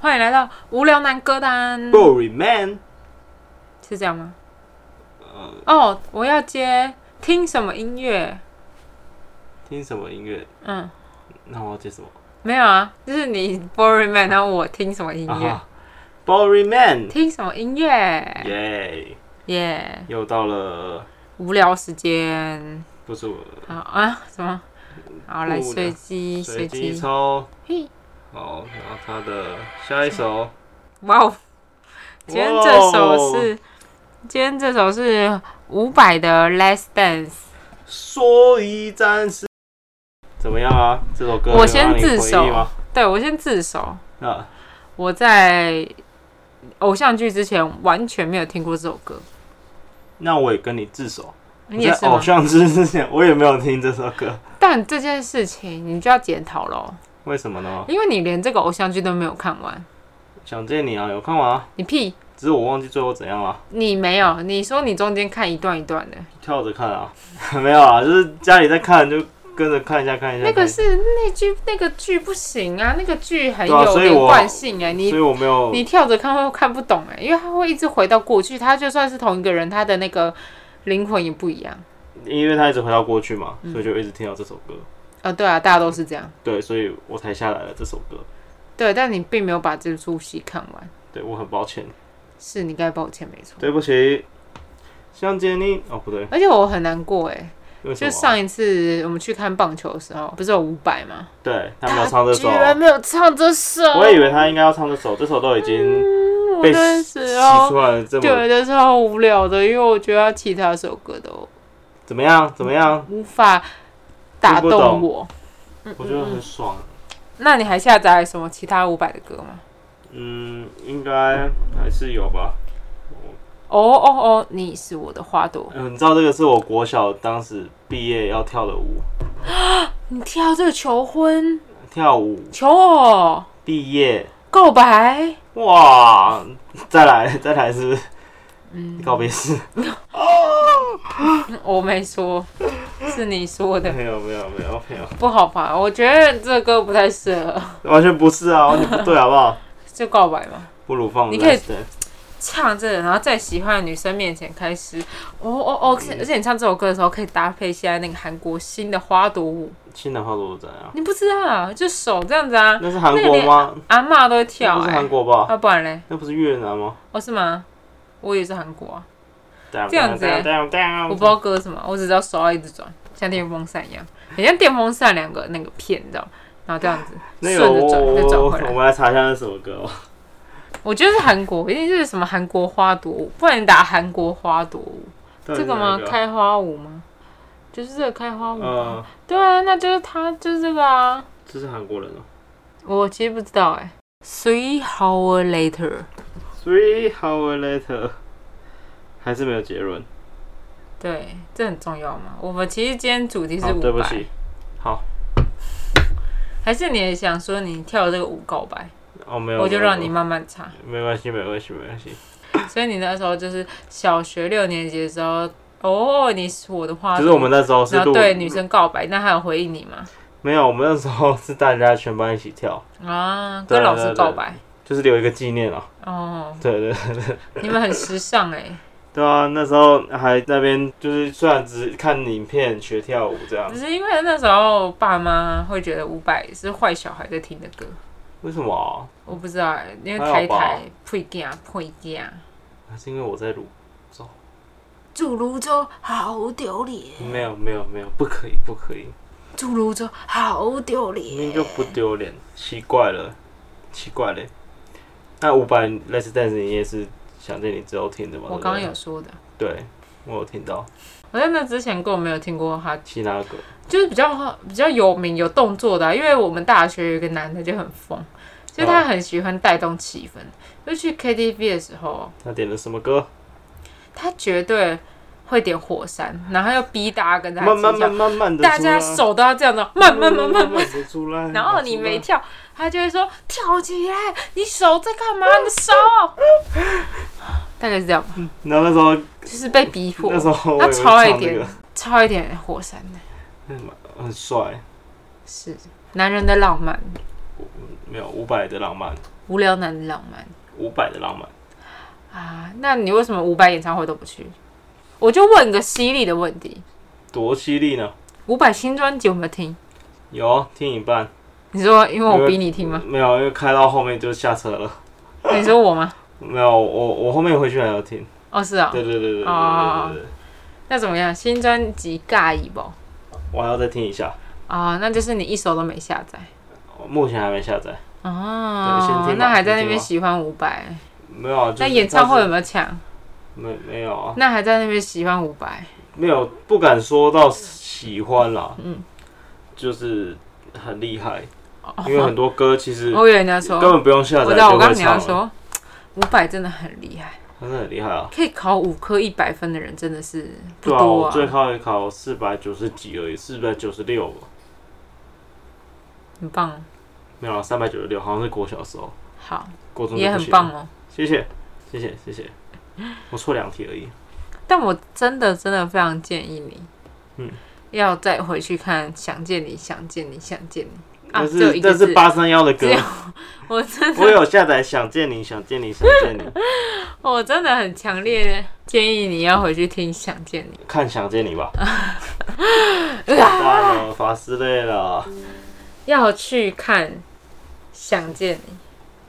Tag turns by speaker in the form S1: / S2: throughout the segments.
S1: 欢迎来到无聊男歌单，
S2: Boring Man，
S1: 是这样吗？
S2: 呃
S1: 哦，我要接听什么音乐？
S2: 听什么音乐？
S1: 嗯，
S2: 那我要接什么？
S1: 没有啊，就是你 Boring Man，然后我听什么音乐？
S2: 啊哈，Boring Man，
S1: 听什么音乐？
S2: 耶！
S1: 耶、
S2: 又到了，
S1: 无聊时间。
S2: 不是我，
S1: 好啊，什么？好，来
S2: 无聊
S1: 随机
S2: 随
S1: 随
S2: 机
S1: 机。
S2: 抽。
S1: 嘿，
S2: 好，然后他的下一首，
S1: 哇哦！今天这首
S2: 哦
S1: 是，今天这首是伍佰的《Last Dance》。
S2: 所以暂时怎么样啊？这首歌
S1: 我
S2: 有
S1: 先
S2: 让你
S1: 自
S2: 回忆
S1: 首
S2: 吗？
S1: 对我先自首，
S2: 啊，
S1: 我在偶像剧之前完全没有听过这首歌。
S2: 那我也跟你自首。
S1: 你也
S2: 我
S1: 是
S2: 在
S1: 吗
S2: 偶？像剧之前，我也没有听这首歌，
S1: 但这件事情你就要检讨喽，
S2: 为什么呢？
S1: 因为你连这个偶像剧都没有看完，
S2: 想见你啊，有看完啊？
S1: 你屁，
S2: 只是我忘记最后怎样了、
S1: 你没有，你说你中间看一段一段的，
S2: 跳着看啊， 没有啊，就是家里在看就跟着看一下看一下。
S1: 那
S2: 看
S1: 个
S2: 一下
S1: 是那剧那个剧不行啊，那个剧很
S2: 啊对啊
S1: 有
S2: 所以
S1: 连
S2: 我
S1: 贯性哎、你
S2: 所以我没有
S1: 你跳着看会看不懂哎、因为他会一直回到过去，他就算是同一个人，他的那个灵魂也不一样。
S2: 因为他一直回到过去嘛，
S1: 嗯
S2: 所以就一直听到这首歌。
S1: 呃，对啊，大家都是这样。
S2: 对，所以我才下来了这首歌。
S1: 对，但你并没有把这出戏看完，
S2: 对我很抱歉，
S1: 嗯是你该抱歉，没错。
S2: 对不起。想见你哦，不对，
S1: 而且我很难过哎、
S2: 为什
S1: 就
S2: 么啊？
S1: 上一次我们去看棒球的时候，不是有伍佰吗？
S2: 对他没有唱这首
S1: 居，然没有唱这首。
S2: 啊我也以为他应该要唱这首，这首都已经
S1: 嗯我
S2: 被
S1: 那
S2: 洗
S1: 时候
S2: 出来了，这么
S1: 觉得超无聊的，因为我觉得他其他首歌都
S2: 怎么样？怎么样？
S1: 无法打动我。嗯
S2: 我觉得很爽。
S1: 那你还下载什么其他伍佰的歌吗？
S2: 嗯，应该还是有吧。
S1: 哦哦哦，你是我的花朵。
S2: 嗯，你知道这个是我国小当时毕业要跳的舞，
S1: 你跳这个求婚、
S2: 跳舞
S1: 求偶、
S2: 毕业，
S1: 告白，
S2: 哇！再来， 再来是不是？告别式。
S1: 嗯我没说，是你说的。
S2: 没有没有没有没有，
S1: 不好吧？我觉得这个歌不太适合，
S2: 完全不是啊，完全不对，好不好？
S1: 就告白嘛。
S2: 不如放
S1: 你可以
S2: Last Dance
S1: 唱这个，然后在喜欢的女生面前开始，哦哦哦！
S2: 嗯
S1: 而且你唱这首歌的时候，可以搭配现在那个韩国新的花朵舞，
S2: 新的花朵怎样？
S1: 你不知道啊，就手这样子啊，
S2: 那是韩国吗？
S1: 阿嬷都会跳
S2: 嗯那不是
S1: 哎、
S2: 韩国吧？
S1: 啊，不然嘞？
S2: 那不是越南吗？
S1: 哦，是吗？我也是韩国啊，
S2: 这
S1: 这样子欸我不知道歌什么，我只知道手要一直转，像电风扇一样，很像电风扇两个那个片，你知道吗？然后这样 子
S2: 那
S1: 顺
S2: 个
S1: 着
S2: 我
S1: 转，再转
S2: 我
S1: 回来
S2: 我。们来查一下那首歌哦。
S1: 我觉得是韩国，一定是什么韩国花朵舞，不然你打韩国花朵舞，
S2: 到
S1: 这
S2: 底是
S1: 个吗
S2: 哪？一
S1: 开花舞吗？就是这个开花舞。
S2: 嗯，
S1: 对啊，那就是他，就是这个啊。
S2: 这是韩国人哦。
S1: 我其实不知道哎、Three hour later，
S2: Three hour later，还是没有结论。
S1: 对，这很重要嘛。我们其实今天主题是
S2: 好，
S1: 五
S2: 对不
S1: 百，
S2: 起。好，
S1: 还是你也想说你跳这个舞告白，
S2: 哦没有，
S1: 我就
S2: 没有
S1: 让你慢慢唱。
S2: 没关系，没关系，没关系。
S1: 所以你那时候就是小学六年级的时候，哦，你是我的花朵，
S2: 就是我们那时候是
S1: 然后
S2: 录，
S1: 啊对女生告白，那她有回应你吗？
S2: 没有，我们那时候是大家全班一起跳，
S1: 啊，
S2: 对
S1: 跟老
S2: 对
S1: 师
S2: 对
S1: 告白。
S2: 就是留一个纪念啊。
S1: 哦，
S2: 对对对对。
S1: 你们很时尚哎、
S2: 对啊，那时候还那边就是虽然只看影片学跳舞这样
S1: 只，是因为那时候爸妈会觉得伍佰是坏小孩在听的歌，
S2: 为什么啊、
S1: 我不知道哎、因为
S2: 还
S1: 台
S2: 好吧
S1: 台配镜配镜，
S2: 还是因为我在录？
S1: 住泸州好丢脸，
S2: 没有没有没有，不可以不可以，
S1: 住泸州好丢
S2: 明明
S1: 脸。
S2: 就不丢脸，奇怪了，奇怪嘞。那五百 Let's Dance 你也是想见你之后听的吗？
S1: 我刚刚
S2: 对
S1: 有
S2: 不
S1: 说的，
S2: 对，对我有听到
S1: 我在那之前根本没有听过他，
S2: 其他歌，
S1: 就是比较比较有名有动作的啊、因为我们大学有一个男的就很疯，就是他很喜欢带动气氛，就去 KTV 的时候，
S2: 他点了什么歌？
S1: 他绝对会点火山，然后要逼大家跟他
S2: 慢慢
S1: 一
S2: 慢
S1: 样，
S2: 慢慢啊的，
S1: 大家手都要这样的，慢慢慢慢慢。
S2: 地出来，
S1: 然后你没
S2: 出
S1: 跳，他就会说跳起来，你手在干嘛？你的手，大概是这样吧，
S2: 来，然后那时候
S1: 就是被逼迫
S2: 那。时候我
S1: 他
S2: 以为
S1: 啊超爱
S2: 唱那
S1: 点
S2: 个，
S1: 超一点火山的，
S2: 很帅，
S1: 是男人的浪漫。
S2: 没有五百的浪漫，
S1: 无聊男的浪漫
S2: 伍佰的浪漫，
S1: 啊，那你为什么伍佰演唱会都不去？我就问个犀利的问题：
S2: 多犀利呢？
S1: 伍佰新专辑有没有听？
S2: 有听一半，
S1: 你说因为我逼你听吗？
S2: 没有，因为开到后面就下车了。
S1: 你说我吗？
S2: 没有，我我后面回去还要听。
S1: 哦，是啊、
S2: 对对对对对对
S1: 哦
S2: 对对对，
S1: 那怎么样？新专辑尬一不？
S2: 我还要再听一下，
S1: 啊，那就是你一首都没下载
S2: 我目前还没下载。对先
S1: 哦
S2: 听吧，
S1: 那还在那
S2: 先听
S1: 边
S2: 吧
S1: 喜欢伍佰，
S2: 没有啊，就是
S1: 那演唱会
S2: 它
S1: 有没有抢？
S2: 是没没有啊，
S1: 那还在那边喜欢伍佰，
S2: 没有不敢说到喜欢啦，
S1: 嗯，
S2: 就是很厉害，
S1: 哦
S2: 因为很多歌其实
S1: 我以为你要
S2: 根
S1: 说，
S2: 本不用下
S1: 我
S2: 载
S1: 知道，
S2: 就
S1: 我刚
S2: 会
S1: 你要
S2: 唱了，
S1: 说，伍佰真的很厉害，
S2: 真的很厉害啊。
S1: 可以考五科一百分的人真的是不
S2: 对啊，
S1: 多
S2: 我最
S1: 啊，
S2: 高也考四百九十几而已，四百九十六吧，
S1: 很棒，
S2: 没有啊三百九十六，396, 好像是国小的时候，
S1: 好，
S2: 国中就
S1: 也
S2: 不
S1: 很
S2: 行了
S1: 棒哦。
S2: 谢谢，谢谢，谢谢。我错两题而已。
S1: 但我真的真的非常建议你，
S2: 嗯，
S1: 要再回去看《想见你》，想见你，想见你啊，
S2: 但
S1: 只有
S2: 是
S1: 一个
S2: 但是
S1: 字，
S2: 八三幺的歌
S1: 只，有 我真
S2: 我
S1: 的
S2: 有下载，想见你，想见你，想见你，
S1: 我真的很强烈建议你要回去听《想见你
S2: 看想见 你吧。完蛋了，法师累了。》，
S1: 要去看《想见你》。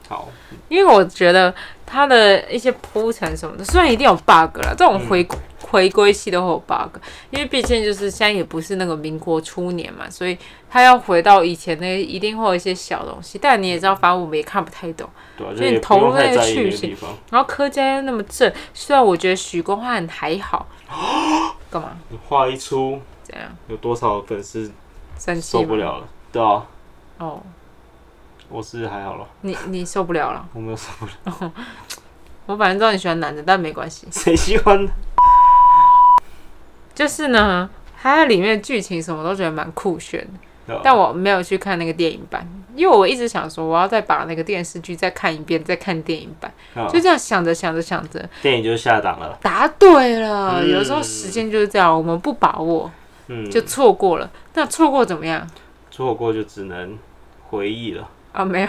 S2: 好，
S1: 因为我觉得它的一些铺陈什么的，虽然一定有 bug 啦，这种回、回归系都会有 bug，因为毕竟就是现在也不是那个民国初年嘛，所以它要回到以前那一定会有一些小东西，但你也知道，反正我们也看不太懂。
S2: 对啊，
S1: 就
S2: 就
S1: 你
S2: 也
S1: 投
S2: 不
S1: 入
S2: 用
S1: 那
S2: 太
S1: 个
S2: 在意那
S1: 剧
S2: 个
S1: 情
S2: 地方。
S1: 然后柯佳又那么正，虽然我觉得许光汉还好，干嘛
S2: 你画一出，
S1: 这样
S2: 有多少粉丝
S1: 生气
S2: 受
S1: 吗
S2: 不了了？对啊，
S1: 哦，
S2: 我是还好了，
S1: 你你受不了了。
S2: 我没有受不了。
S1: 我反正知道你喜欢男的，但没关系。
S2: 谁喜欢？
S1: 就是呢，它里面的剧情什么都觉得蛮酷炫的。
S2: 对啊
S1: 但我没有去看那个电影版，因为我一直想说，我要再把那个电视剧再看一遍，再看电影版。
S2: 啊
S1: 就这样想着想着想着，
S2: 电影就下档了，
S1: 答对了。
S2: 嗯
S1: 有时候时间就是这样，我们不把握
S2: 嗯，
S1: 就错过了。那错过怎么样
S2: 错过就只能回忆了。
S1: 啊？没有，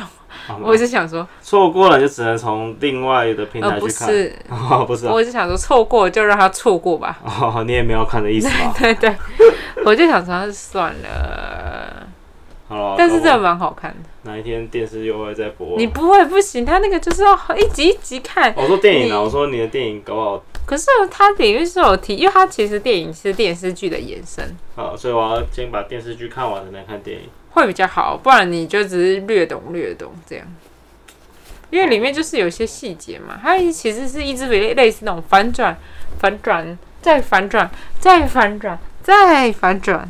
S2: 好吗
S1: 我是想说，
S2: 错过了就只能从另外的平
S1: 呃，
S2: 台
S1: 不
S2: 去看。
S1: 是，
S2: 哦，不是啊，
S1: 我是想说，错过就让它错过吧。
S2: 哦，你也没有看的意思 吧？
S1: 对 对，我就想说算了。
S2: 好了，
S1: 但是
S2: 搞
S1: 这
S2: 不好
S1: 蛮好看的，
S2: 哪一天电视又会再播？啊
S1: 你不会不行，它那个就是要一集一集看。
S2: 我说电影啊，
S1: 你
S2: 我说你的电影搞不好
S1: 可是它里面是有提，因为它其实电影是电视剧的延伸，
S2: 好，啊所以我要先把电视剧看完才能看电影。
S1: 会比较好，不然你就只是略懂略懂这样。因为里面就是有一些细节嘛，它其实是一直类类似那种反转、反转、再反转、再反转、再反转。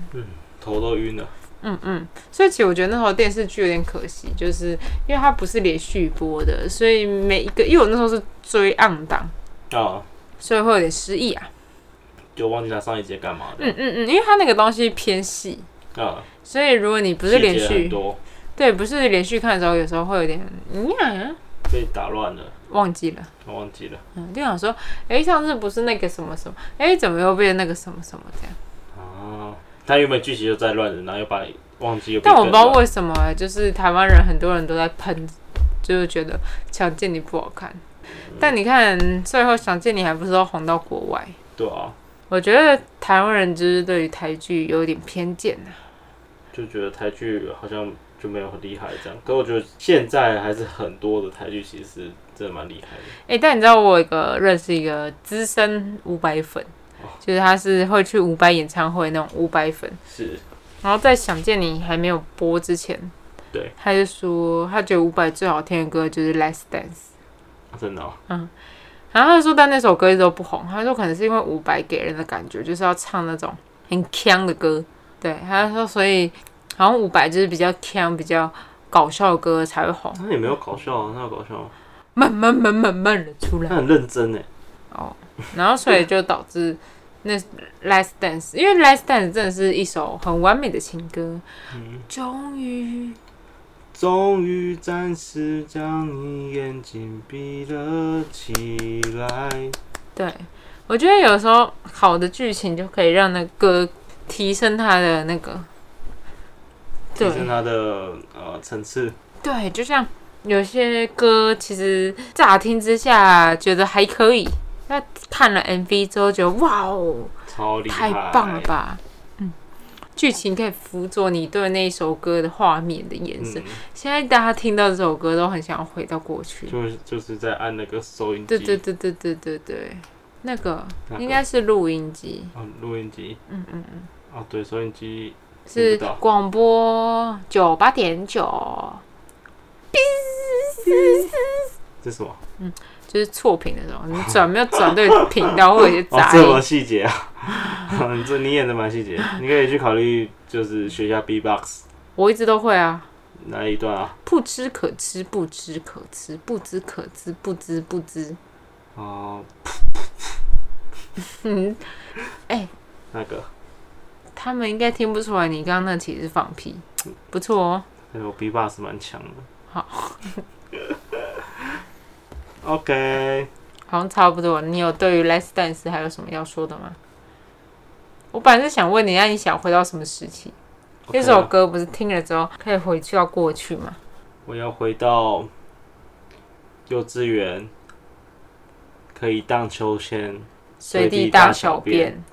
S2: 头都晕了，
S1: 嗯嗯，所以其实我觉得那时候电视剧有点可惜，就是因为它不是连续播的，所以每一个，因为我那时候是追暗档，
S2: 啊，
S1: 所以会有点失忆啊。
S2: 就忘记他上一节干嘛的，
S1: 嗯嗯嗯，因为它那个东西偏细，
S2: 啊，
S1: 所以如果你嗯不是连
S2: 细节很
S1: 续，
S2: 多
S1: 对，不是连续看的时候，有时候会有点嗯呀
S2: 被打乱了，
S1: 忘记了，
S2: 我忘记了
S1: 嗯，就想说，哎、上次不是那个什么什么，哎、怎么又变那个什么什么这样？
S2: 啊。他原本剧情就在乱了，然后又把忘记又被
S1: 但
S2: 更乱。
S1: 我不知道为什么、就是台湾人很多人都在喷，就是觉得《想见你》不好看。但你看，最后《想见你》还不是都红到国外？
S2: 对啊，
S1: 我觉得台湾人就是对于台剧有点偏见啊。
S2: 就觉得台剧好像就没有很厉害这样。可我觉得现在还是很多的台剧其实真的蛮厉害的。
S1: 哎、但你知道我有一个认识一个资深伍佰粉，就是他是会去伍佰演唱会那种伍佰粉，
S2: 是，
S1: 然后在《想见你》还没有播之前，
S2: 对，
S1: 他就说他觉得伍佰最好听的歌就是《Last Dance》，
S2: 真的哦、
S1: 然后他说但那首歌一直都不红，他说可能是因为伍佰给人的感觉就是要唱那种很腔的歌，对，他说所以好像伍佰就是比较腔、比较搞笑的歌才会红，
S2: 那也没有搞笑啊，那有搞笑吗？
S1: 慢慢慢慢慢的出来
S2: 那很认真哎，
S1: 哦，然后所以就导致那 Last Dance，因为 Last Dance 真的是一首很完美的情歌，终于。
S2: 终于暂时将你眼睛闭了起来。
S1: 对，我觉得有时候好的剧情就可以让那歌提升它的那个，
S2: 提
S1: 对
S2: 升它的呃层次。
S1: 对，就像有些歌其实乍听之下觉得还可以，那看了 MV 之后觉得哇哦，
S2: 超厉害，
S1: 太棒了！吧！嗯，剧情可以辅佐你对那一首歌的画面的延伸。
S2: 嗯，
S1: 现在大家听到这首歌都很想回到过去。
S2: 就是就是在按那个收音机，
S1: 对对对对对对对，那个
S2: 那个
S1: 应该是录音机，
S2: 哦，录音机，
S1: 嗯嗯嗯，
S2: 哦，对，收音机
S1: 是
S2: 听不到
S1: 广播九八点九，
S2: 这是什么？
S1: 就是错频的时候，你转没有转对频道会有些
S2: 哦，
S1: 杂
S2: 这
S1: 音。
S2: 么细节啊！ 你这你演的蛮细节，你可以去考虑，就是学一下 B-box
S1: 我一直都会啊。
S2: 那一段啊。
S1: 不知可知，不知可知，不知可知，不知不知。
S2: 哦，
S1: 嗯，
S2: 那个
S1: 他们应该听不出来你刚刚那其实是放屁，不错哦。
S2: 那个 B-box 蛮强的。
S1: 好
S2: OK，
S1: 好像差不多了。你有对于 Less Dance 还有什么要说的吗？我本来是想问你，那你想回到什么时期？那
S2: OK 啊
S1: 首
S2: 了
S1: 歌不是听了之后可以回去到过去吗？
S2: 我要回到幼稚园，可以荡秋千。
S1: 随
S2: 随
S1: 地
S2: 地
S1: 大
S2: 大
S1: 小
S2: 小
S1: 便
S2: 便，